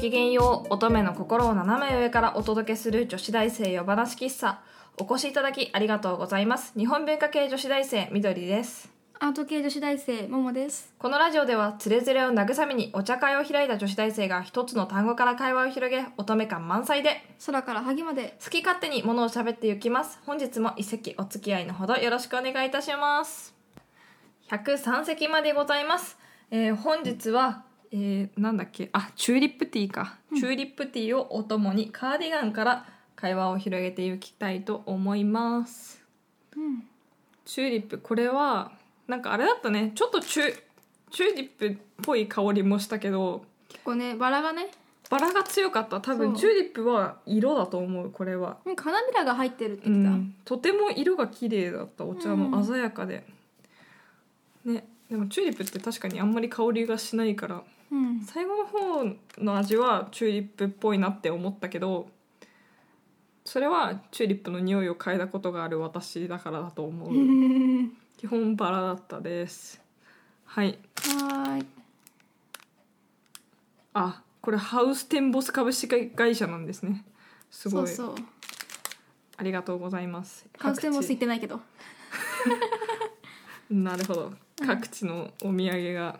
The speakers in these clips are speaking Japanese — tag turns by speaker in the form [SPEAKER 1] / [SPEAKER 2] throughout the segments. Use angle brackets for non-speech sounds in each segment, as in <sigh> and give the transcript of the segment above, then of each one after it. [SPEAKER 1] きげんよう乙女の心を斜め上からお届けする女子大生夜話喫茶お越しいただきありがとうございます日本文化系女子大生みどりです
[SPEAKER 2] アート系女子大生ももです
[SPEAKER 1] このラジオではつれづれを慰めにお茶会を開いた女子大生が一つの単語から会話を広げ乙女感満載で
[SPEAKER 2] 空から萩まで
[SPEAKER 1] 好き勝手にものを喋っていきます本日も一席お付き合いのほどよろしくお願いいたします103席までございます、えー本日は、えーなんだっけあチューリップティーか、チューリップティーをお供にカーディガンから会話を広げていきたいと思います
[SPEAKER 2] うん
[SPEAKER 1] チューリップこれはなんかあれだったねちょっとチュチューリップっぽい香りもしたけど
[SPEAKER 2] 結構ねバラがね
[SPEAKER 1] バラが強かった多
[SPEAKER 2] そ
[SPEAKER 1] 分
[SPEAKER 2] う
[SPEAKER 1] チューリップは色だと思うこれは
[SPEAKER 2] うん花びらが入ってるって
[SPEAKER 1] う
[SPEAKER 2] きた、
[SPEAKER 1] ん、とても色が綺麗だったお茶も
[SPEAKER 2] うん
[SPEAKER 1] 鮮やかで、ねでもチューリップって確かにあんまり香りがしないから
[SPEAKER 2] うん
[SPEAKER 1] 最後の方の味はチューリップっぽいなって思ったけどそれはチューリップの匂いを嗅いだことがある私だからだと思う基本バラだったですはい
[SPEAKER 2] はーい
[SPEAKER 1] あこれハウステンボス株式会社なんですねす
[SPEAKER 2] そ
[SPEAKER 1] ごいう
[SPEAKER 2] そう
[SPEAKER 1] ありがとうございます
[SPEAKER 2] 完成も
[SPEAKER 1] 各
[SPEAKER 2] つ
[SPEAKER 1] 地
[SPEAKER 2] いてないけど
[SPEAKER 1] なるほど各地のお土産が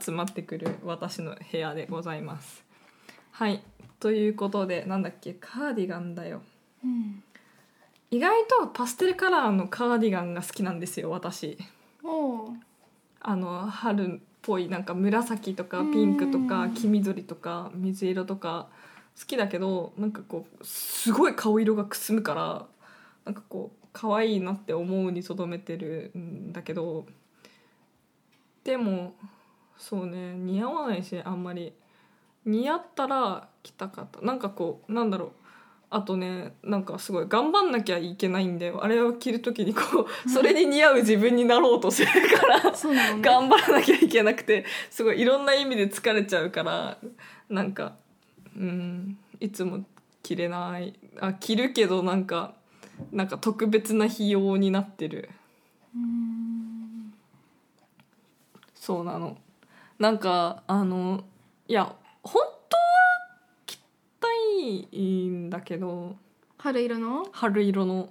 [SPEAKER 1] 集まってくる私の部屋でございますはいということでなんだっけカーディガンだよ
[SPEAKER 2] うん
[SPEAKER 1] 意外とパステルカラーのカーディガンが好きなんですよ私
[SPEAKER 2] おー
[SPEAKER 1] あの春っぽいなんか紫とかピンクと
[SPEAKER 2] う
[SPEAKER 1] か
[SPEAKER 2] ん
[SPEAKER 1] 黄緑とか水色とか好きだけどなんかこうすごい顔色がくすむからなんかこう可愛いなって思うにとどめてるんだけどでもそうね似合わないしあんまり似合ったら着たかったなんかこうなんだろうあとねなんかすごい頑張んなきゃいけないんだよあれを着る時にこうそれに似合う自分になろうとするから
[SPEAKER 2] そうなのね
[SPEAKER 1] 頑張らなきゃいけなくてすごいいろんな意味で疲れちゃうからなんかうんいつも着れないあ着るけどなんかなんか特別な費用になってる
[SPEAKER 2] うん
[SPEAKER 1] そうなのなんかあのいや本当は着たいんだけど
[SPEAKER 2] 春色の
[SPEAKER 1] 春色の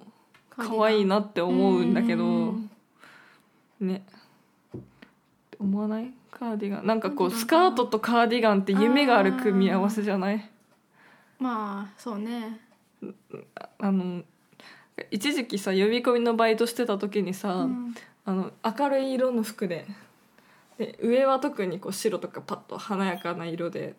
[SPEAKER 2] カーディガン
[SPEAKER 1] 可愛いなって思うんだけ
[SPEAKER 2] う
[SPEAKER 1] ど
[SPEAKER 2] ん
[SPEAKER 1] ね思わないカーディガンなんかこう
[SPEAKER 2] カーディガン
[SPEAKER 1] スカートとカーディガンって夢がある組み合わせじゃない
[SPEAKER 2] まあそうね
[SPEAKER 1] あの一時期さ呼び込みのバイトしてた時にさ、
[SPEAKER 2] うん
[SPEAKER 1] あの明るい色の服でで上は特にこう白とかパッと華やかな色で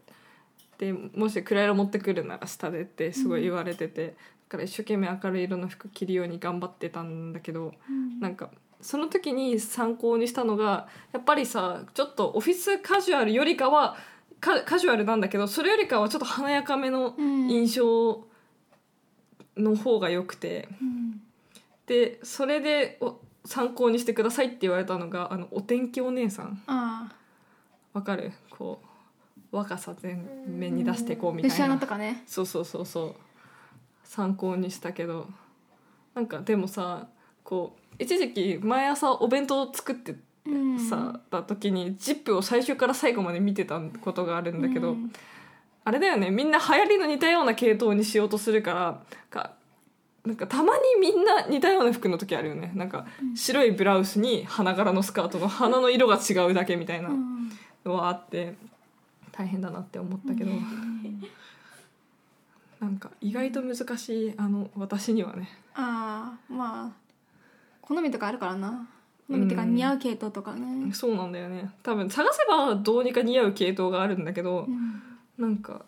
[SPEAKER 1] でもし暗い色持ってくるなら下でってすごい言われてて、だから一生懸命明るい色の服着るように頑張ってたんだけど、
[SPEAKER 2] うん
[SPEAKER 1] なんかその時に参考にしたのがやっぱりさちょっとオフィスカジュアルよりかはカカジュアルなんだけどそれよりかはちょっと華やかめの
[SPEAKER 2] うん
[SPEAKER 1] 印象の方が良くて、
[SPEAKER 2] うん
[SPEAKER 1] でそれでお参考にしてくださいって言われたのがあのお天気お姉さん
[SPEAKER 2] ああ
[SPEAKER 1] わかるこう若さ全面に出していこうみた
[SPEAKER 2] 召し上
[SPEAKER 1] い
[SPEAKER 2] が
[SPEAKER 1] な
[SPEAKER 2] ったかね
[SPEAKER 1] そうそうそうそう参考にしたけどなんかでもさこう一時期毎朝お弁当作って
[SPEAKER 2] うん
[SPEAKER 1] さ、た時に「ジップを最初から最後まで見てたことがあるんだけど、
[SPEAKER 2] うん
[SPEAKER 1] あれだよねみんな流行りの似たような系統にしようとするからかなんかたまにみんな似たような服の時あるよねなんか白いブラウスに花柄のスカートの花の色が違うだけみたいな
[SPEAKER 2] うん
[SPEAKER 1] のはあって大変だなって思ったけど、なんか意外と難しいあの私にはね
[SPEAKER 2] ああまあ好みとかあるからな好みとか似合う系統とかね、
[SPEAKER 1] そうなんだよね多分探せばどうにか似合う系統があるんだけど、
[SPEAKER 2] うん、
[SPEAKER 1] なんか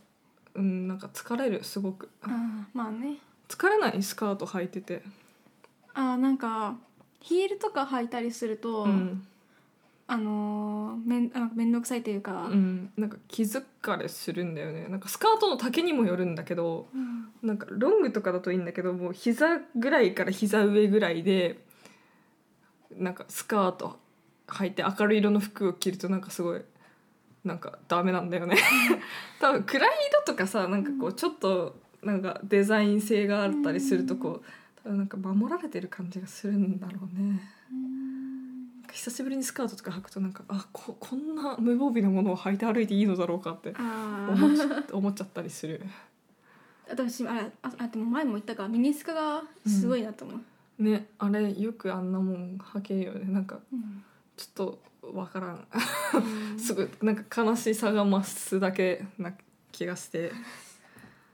[SPEAKER 1] うんなんか疲れるすごく
[SPEAKER 2] ああまあね
[SPEAKER 1] 疲れないスカート履いてて、
[SPEAKER 2] ああなんかヒールとか履いたりすると、
[SPEAKER 1] うん
[SPEAKER 2] あのーめんあ面倒くさいというか、
[SPEAKER 1] うん、なんか気づかれするんだよねなんかスカートの丈にもよるんだけど
[SPEAKER 2] うん
[SPEAKER 1] なんかロングとかだといいんだけどもう膝ぐらいから膝上ぐらいでなんかスカート履いて明るい色の服を着るとなんかすごいなんかダメなんだよね多分暗い色とかさなんかこうちょっとなんかデザイン性があったりするとこう多分なんか守られてる感じがするんだろうねか久しぶりにスカートとか履くとなんかあここんな無防備なものを履いて歩いていいのだろうかって
[SPEAKER 2] あ
[SPEAKER 1] 思っちゃ <laughs> 思っちゃったりする
[SPEAKER 2] 私あれああでも前も言ったかミニスカがすごいなと思う、
[SPEAKER 1] ねあれよくあんなもん履けるよねなんか
[SPEAKER 2] うん
[SPEAKER 1] ちょっとわからん <laughs> すぐなんか悲しさが増すだけな気がして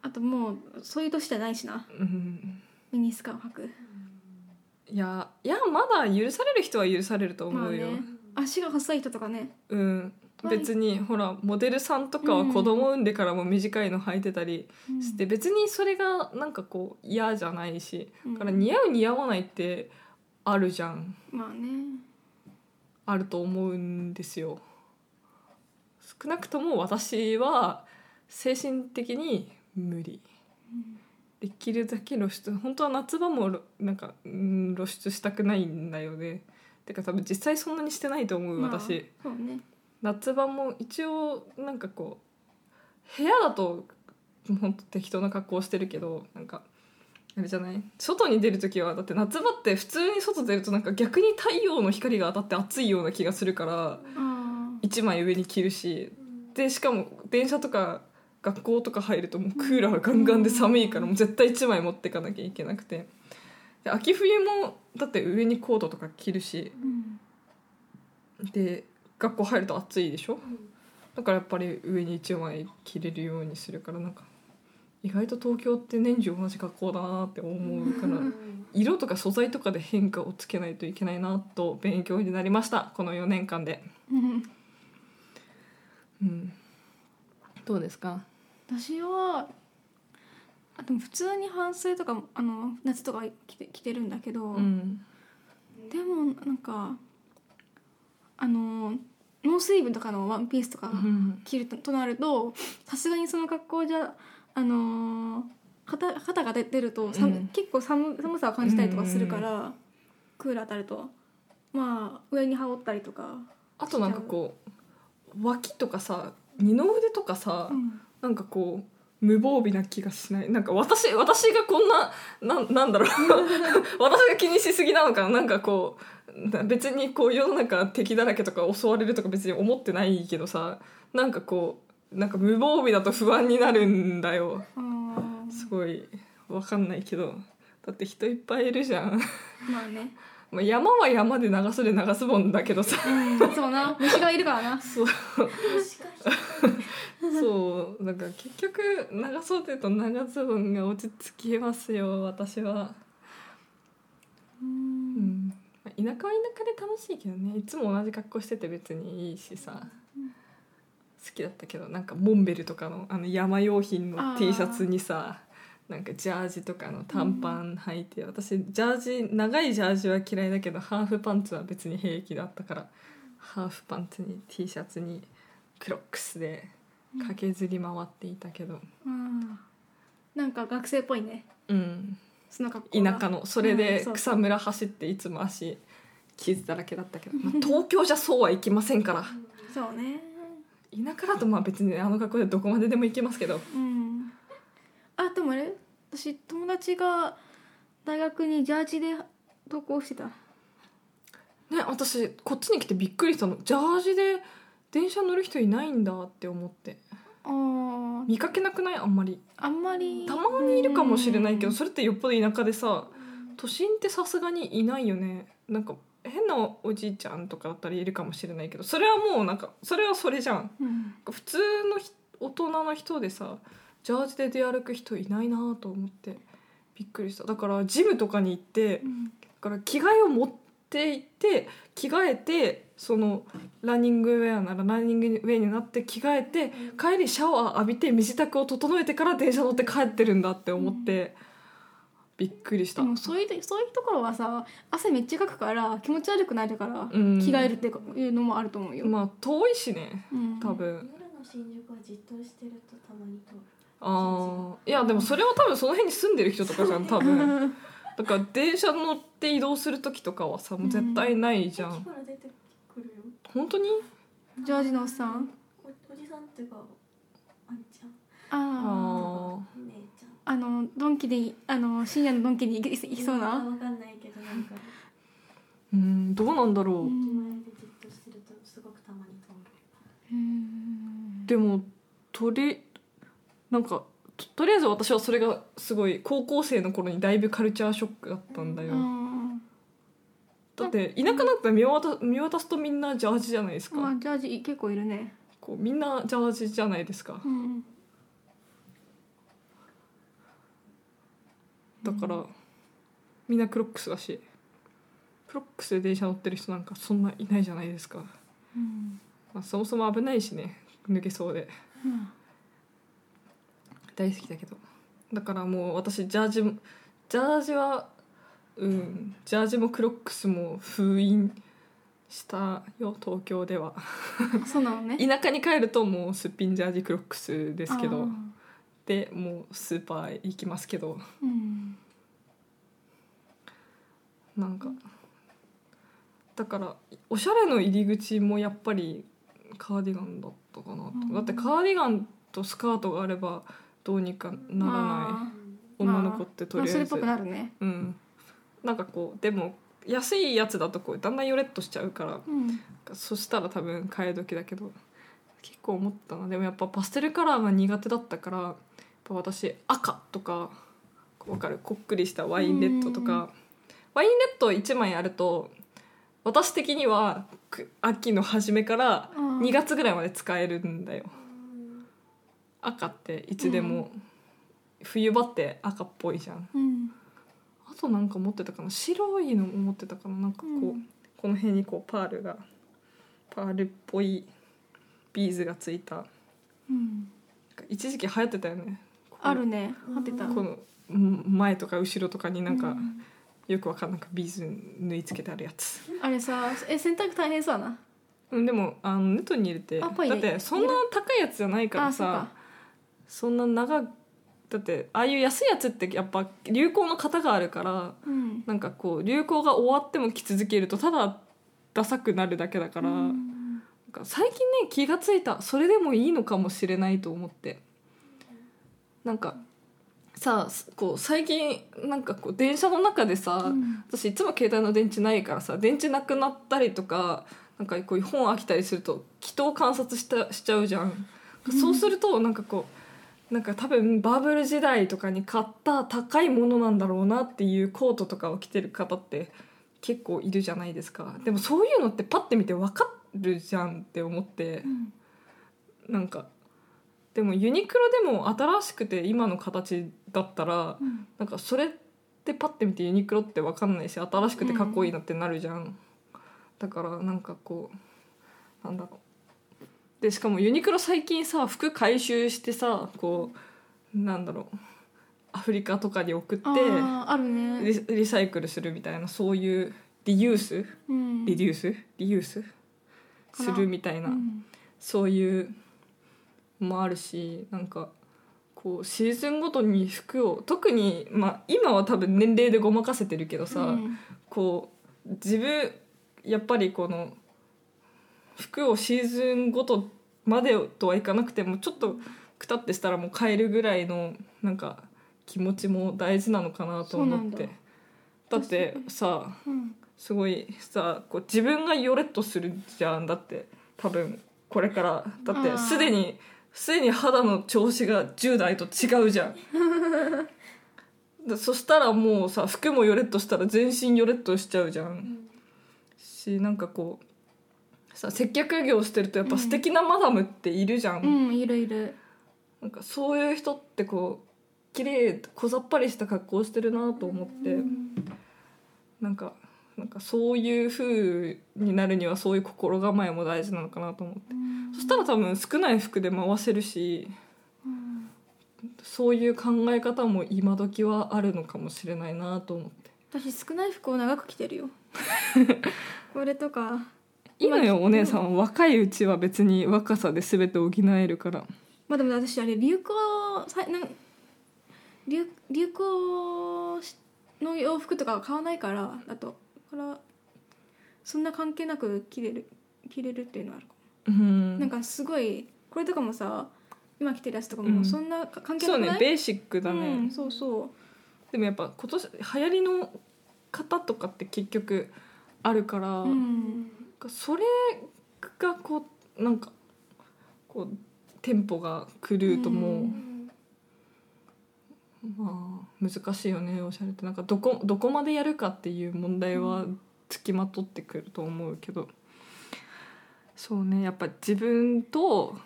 [SPEAKER 2] あともうそういう年じゃないしな
[SPEAKER 1] うん
[SPEAKER 2] ミニスカを履く
[SPEAKER 1] いやいやまだ許される人は許されると思うよ、
[SPEAKER 2] まあね足が細い人とかね
[SPEAKER 1] うん別にほらモデルさんとかは子供産んでからも短いの履いてたりして、別にそれがなんかこう嫌じゃないし、
[SPEAKER 2] うん
[SPEAKER 1] だから似合う似合わないってあるじゃん
[SPEAKER 2] まあね
[SPEAKER 1] あると思うんですよ少なくとも私は精神的に無理できるだけ露出本当は夏場もろなんかうん露出したくないんだよねてか多分実際そんなにしてないと思う
[SPEAKER 2] まあ
[SPEAKER 1] 私、
[SPEAKER 2] そうね
[SPEAKER 1] 夏場も一応なんかこう部屋だとほんと適当な格好してるけどなんかあれじゃない外に出る時はだって夏場って普通に外出るとなんか逆に太陽の光が当たって暑いような気がするから
[SPEAKER 2] あ
[SPEAKER 1] 1枚上に着るしでしかも電車とか学校とか入るともうクーラーガンガンで寒いからもう絶対1枚持ってかなきゃいけなくてで秋冬もだって上にコートとか着るし
[SPEAKER 2] ー、うん、
[SPEAKER 1] で学校入ると暑いでしょ、だからやっぱり上に1枚着れるようにするからなんか意外と東京って年中同じ格好だなって思うから色とか素材とかで変化をつけないといけないなと勉強になりましたこの4年間で、
[SPEAKER 2] うん
[SPEAKER 1] うん、どうですか
[SPEAKER 2] 私はあでも普通に半袖とかもあの夏とか着て着てるんだけど、
[SPEAKER 1] うん
[SPEAKER 2] でもなんかあのノースリーブとかのワンピースとか
[SPEAKER 1] うん
[SPEAKER 2] 着ると,、となるとさすがにその格好じゃあのー肩肩が出てると寒、
[SPEAKER 1] うん
[SPEAKER 2] 結構寒寒さを感じたりとかするから、クーラー当たるとまあ上に羽織ったりとか、
[SPEAKER 1] あとなんかこう脇とかさ二の腕とかさ、
[SPEAKER 2] うん
[SPEAKER 1] なんかこう無防備な気がしないなんか私私がこんななんなんだろう私が気にしすぎなのかななんかこうな別にこう世の中敵だらけとか襲われるとか別に思ってないけどさなんかこうなんか無防備だと不安になるんだよ
[SPEAKER 2] あー
[SPEAKER 1] すごいわかんないけどだって人いっぱいいるじゃん
[SPEAKER 2] まあね、
[SPEAKER 1] まあ山は山で長袖長ズボンだけどさ
[SPEAKER 2] うん、そうな虫がいるからな
[SPEAKER 1] そうそうなんか結局長袖と長ズボンが落ち着きますよ私は、う
[SPEAKER 2] う
[SPEAKER 1] んん、まあ田舎は田舎で楽しいけどねいつも同じ格好してて別にいいしさ好きだったけどなんかモンベルとかのあの山用品
[SPEAKER 2] あ
[SPEAKER 1] の
[SPEAKER 2] ー
[SPEAKER 1] T シャツにさなんかジャージとかの短パン履いて、私ジャージ長いジャージは嫌いだけどハーフパンツは別に平気だったからハーフパンツに T シャツにクロックスで駆けずり回っていたけど、
[SPEAKER 2] うんなんか学生っぽいね
[SPEAKER 1] うん、
[SPEAKER 2] その格好が
[SPEAKER 1] 田舎のそれで
[SPEAKER 2] そう
[SPEAKER 1] 草むら走っていつも足傷だらけだったけど、まあ、東京じゃそうはいきませんから
[SPEAKER 2] そうね
[SPEAKER 1] 田舎だとまあ別にあの格好でどこまででも行けますけど
[SPEAKER 2] うんあでもあれ私友達が大学にジャージで登校してた
[SPEAKER 1] ね私こっちに来てびっくりしたのジャージで電車乗る人いないんだって思って
[SPEAKER 2] あー
[SPEAKER 1] 見かけなくないあんまり
[SPEAKER 2] あんまり
[SPEAKER 1] たまにいるかもしれないけ
[SPEAKER 2] う
[SPEAKER 1] ど
[SPEAKER 2] ん
[SPEAKER 1] それってよっぽど田舎でさ都心ってさすがにいないよねなんか変なおじいちゃんとかだったらいるかもしれないけどそれはもうなんかそれはそれじゃん
[SPEAKER 2] うん
[SPEAKER 1] 普通のひ大人の人でさジャージで出歩く人いないなと思ってびっくりしただからジムとかに行ってだ
[SPEAKER 2] うん
[SPEAKER 1] から着替えを持って行って着替えてそのランニングウェアならランニングウェアになって着替えて帰りシャワー浴びて身支度を整えてから電車乗って帰ってるんだって思ってびっくりし
[SPEAKER 2] で
[SPEAKER 1] た、
[SPEAKER 2] もそういうそういうところはさ汗めっちゃかくから気持ち悪くなるから、
[SPEAKER 1] うん
[SPEAKER 2] 着替えるっていうのもあると思うよ、
[SPEAKER 1] まあ遠いしね
[SPEAKER 2] うん
[SPEAKER 1] 多分、
[SPEAKER 3] 夜の新宿はじっとしてるとたまに通る
[SPEAKER 1] ああいやでもそれは多分その辺に住んでる人とかじゃん多分。だから電車乗って移動する時とかはさもう絶対ないじゃん、
[SPEAKER 3] 駅から出てくるよ
[SPEAKER 1] 本当に
[SPEAKER 2] ジャージのおっさん
[SPEAKER 3] おおじさんっていうかあんちゃん
[SPEAKER 2] ああ
[SPEAKER 1] あー
[SPEAKER 3] 姉ちゃん
[SPEAKER 2] あのドンキでいあの深夜のドンキに行き行きそう
[SPEAKER 3] 今は
[SPEAKER 2] な
[SPEAKER 3] わかんないけどなんか
[SPEAKER 1] うんどうなんだろう、
[SPEAKER 2] うん
[SPEAKER 3] 駅前の
[SPEAKER 1] でもとりなんかととりあえず私はそれがすごい高校生の頃にだいぶカルチャーショックだったんだよ、だっていなくなったら見渡見渡すとみんなジャージじゃないですか、
[SPEAKER 2] まあジャージ結構いるね
[SPEAKER 1] こうみんなジャージじゃないですか
[SPEAKER 2] うん
[SPEAKER 1] だから、みんなクロックスだしクロックスで電車乗ってる人なんかそんないないじゃないですか、
[SPEAKER 2] うん
[SPEAKER 1] まあ、そもそも危ないしね抜けそうで
[SPEAKER 2] うん
[SPEAKER 1] 大好きだけどだからもう私ジャージもジャージはうんジャージもクロックスも封印したよ東京では
[SPEAKER 2] あそうなのね
[SPEAKER 1] 田舎に帰るともうすっぴんジャージクロックスですけ
[SPEAKER 2] あ
[SPEAKER 1] ど
[SPEAKER 2] ー
[SPEAKER 1] でもうスーパー行きますけど
[SPEAKER 2] うん
[SPEAKER 1] なんかだからおしゃれの入り口もやっぱりカーディガンだったかなと、
[SPEAKER 2] うん
[SPEAKER 1] だってカーディガンとスカートがあればどうにかならない
[SPEAKER 2] ま
[SPEAKER 1] 女の子ってと
[SPEAKER 2] あ
[SPEAKER 1] りあ
[SPEAKER 2] それ
[SPEAKER 1] え
[SPEAKER 2] っ
[SPEAKER 1] ず
[SPEAKER 2] ぽくなるね
[SPEAKER 1] うん、なんかこうでも安いやつだとこうだんだんヨレッとしちゃうから
[SPEAKER 2] うん
[SPEAKER 1] そしたら多分替え時だけど結構思ったなでもやっぱパステルカラーが苦手だったからやっぱ私赤とかわかるこっくりしたワインレッドと
[SPEAKER 2] うん
[SPEAKER 1] かワインレッド1枚あると私的にはく秋の初めから2月ぐらいまで使えるんだよ。赤っていつでも、冬場って赤っぽいじゃん。
[SPEAKER 2] うん
[SPEAKER 1] あとなんか持ってたかな白いのも持ってたかななんかこう、
[SPEAKER 2] うん
[SPEAKER 1] この辺にこうパールがパールっぽいビーズがついたなん
[SPEAKER 2] うん
[SPEAKER 1] か一時期流行ってたよねこう
[SPEAKER 2] あるね合ってた
[SPEAKER 1] このうん前とか後ろとかになん
[SPEAKER 2] う
[SPEAKER 1] かよくわかんなくビーズ縫い付けてあるやつ、
[SPEAKER 2] あれさえ洗濯大変そうだな
[SPEAKER 1] うん、でもあのネットに入れて
[SPEAKER 2] あ
[SPEAKER 1] だ
[SPEAKER 2] パイで
[SPEAKER 1] ってそんな高いやつじゃないから
[SPEAKER 2] あそう
[SPEAKER 1] さ
[SPEAKER 2] か
[SPEAKER 1] そんな長くだってああいう安いやつってやっぱ流行の型があるから
[SPEAKER 2] うん
[SPEAKER 1] なんかこう流行が終わっても着続けるとただダサくなるだけだから、
[SPEAKER 2] うん
[SPEAKER 1] なんか最近ね気がついたそれでもいいのかもしれないと思ってなんかさあこう最近なんかこう電車の中でさ、
[SPEAKER 2] うん
[SPEAKER 1] 私いつも携帯の電池ないからさ電池なくなったりとかなんかこういう本飽きたりすると人を観察したしちゃうじゃん、そうするとなんかこうなんか多分バブル時代とかに買った高いものなんだろうなっていうコートとかを着てる方って結構いるじゃないですかでもそういうのってパッて見て分かるじゃんって思って
[SPEAKER 2] うん
[SPEAKER 1] なんかでもユニクロでも新しくて今の形だったら
[SPEAKER 2] うん
[SPEAKER 1] なんかそれってパッて見てユニクロって分かんないし新しくてかっこいいなってなるじゃん、だからなんかこうなんだろうでしかもユニクロ最近さ服回収してさこうなんだろうアフリカとかに送って
[SPEAKER 2] あーあるね
[SPEAKER 1] リリサイクルするみたいなそういうリユース
[SPEAKER 2] うん
[SPEAKER 1] リデュースリユース
[SPEAKER 2] か
[SPEAKER 1] す
[SPEAKER 2] な
[SPEAKER 1] るみたいな、
[SPEAKER 2] うん
[SPEAKER 1] そういうのもあるしなんかこうシーズンごとに服を特に、まあ、今は多分年齢でごまかせてるけどさ、
[SPEAKER 2] うん
[SPEAKER 1] こう自分やっぱりこの服をシーズンごとまでとはいかなくてもちょっとくたってしたらもう変えるぐらいのなんか気持ちも大事なのかなと思っ
[SPEAKER 2] そう
[SPEAKER 1] て
[SPEAKER 2] なん
[SPEAKER 1] だってさ
[SPEAKER 2] うん
[SPEAKER 1] すごいさこう自分がヨレッとするじゃんだって多分これからだっ
[SPEAKER 2] あー
[SPEAKER 1] てすでにすでに肌の調子が10代と違うじゃんだそしたらもうさ服もヨレッとしたら全身ヨレッとしちゃうじゃんしなんかこうさ接客業してるとやっぱ素敵なマダムっているじゃん、
[SPEAKER 2] うんいるいる
[SPEAKER 1] なんかそういう人ってこう綺麗小ざっぱりした格好をしてるなと思って。なんかなんかそういう風になるにはそういう心構えも大事なのかなと思って、そしたら多分少ない服で回せるし
[SPEAKER 2] うん
[SPEAKER 1] そういう考え方も今時はあるのかもしれないなと思って
[SPEAKER 2] 私少ない服を長く着てるよ <laughs> これとか
[SPEAKER 1] 今よお姉さんは若いうちは別に若さで全て補えるから
[SPEAKER 2] まあでも私あれ流行さなん流流行しの洋服とかは買わないからだとだからそんな関係なく着れる着れるっていうのはあるかも、
[SPEAKER 1] うん
[SPEAKER 2] なんかすごいこれとかもさ今着てるやつとか
[SPEAKER 1] う
[SPEAKER 2] も
[SPEAKER 1] ん
[SPEAKER 2] そんなか関係な
[SPEAKER 1] そう
[SPEAKER 2] くない、
[SPEAKER 1] ねベーシックだね、
[SPEAKER 2] うん、そうそう
[SPEAKER 1] でもやっぱ今年流行りの方とかって結局あるから、
[SPEAKER 2] う
[SPEAKER 3] うんん
[SPEAKER 1] それがこうなんかこうテンポが狂うともう、
[SPEAKER 2] う
[SPEAKER 3] うん
[SPEAKER 1] まあ難しいよねおしゃれってなんかどこどこまでやるかっていう問題はつきまとってくると思うけど、そうねやっぱ自分と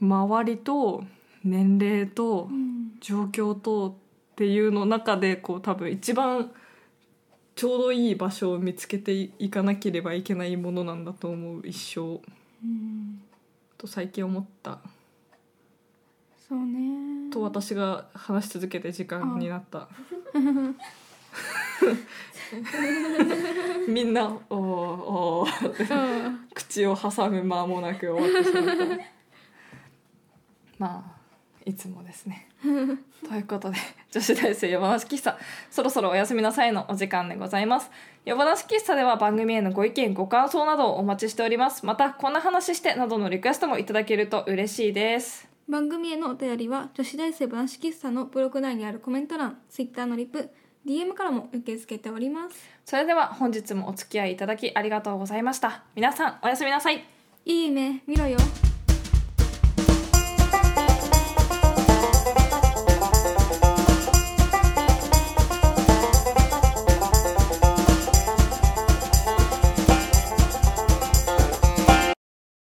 [SPEAKER 1] 周りと年齢と
[SPEAKER 2] うん
[SPEAKER 1] 状況とっていうの中でこう多分一番ちょうどいい場所を見つけていかなければいけないものなんだと思う一生
[SPEAKER 2] うん
[SPEAKER 1] と最近思った
[SPEAKER 2] そうね
[SPEAKER 1] と私が話し続けて時間になった。 <laughs> みんな「おーおー
[SPEAKER 2] うん
[SPEAKER 1] 口を挟む間もなく終わってしまったまあいつもです <laughs> ねということで女子大生夜話喫茶そろそろお休みなさいのお時間でございます夜話喫茶では番組へのご意見ご感想などをお待ちしておりますまたこんな話してなどのリクエストもいただけると嬉しいです
[SPEAKER 2] 番組へのお便りは女子大生話喫茶のブログ内にあるコメント欄ツイッターのリプ DM からも受け付けております
[SPEAKER 1] それでは本日もお付き合いいただきありがとうございました皆さんおやすみなさい
[SPEAKER 2] いい目見ろよ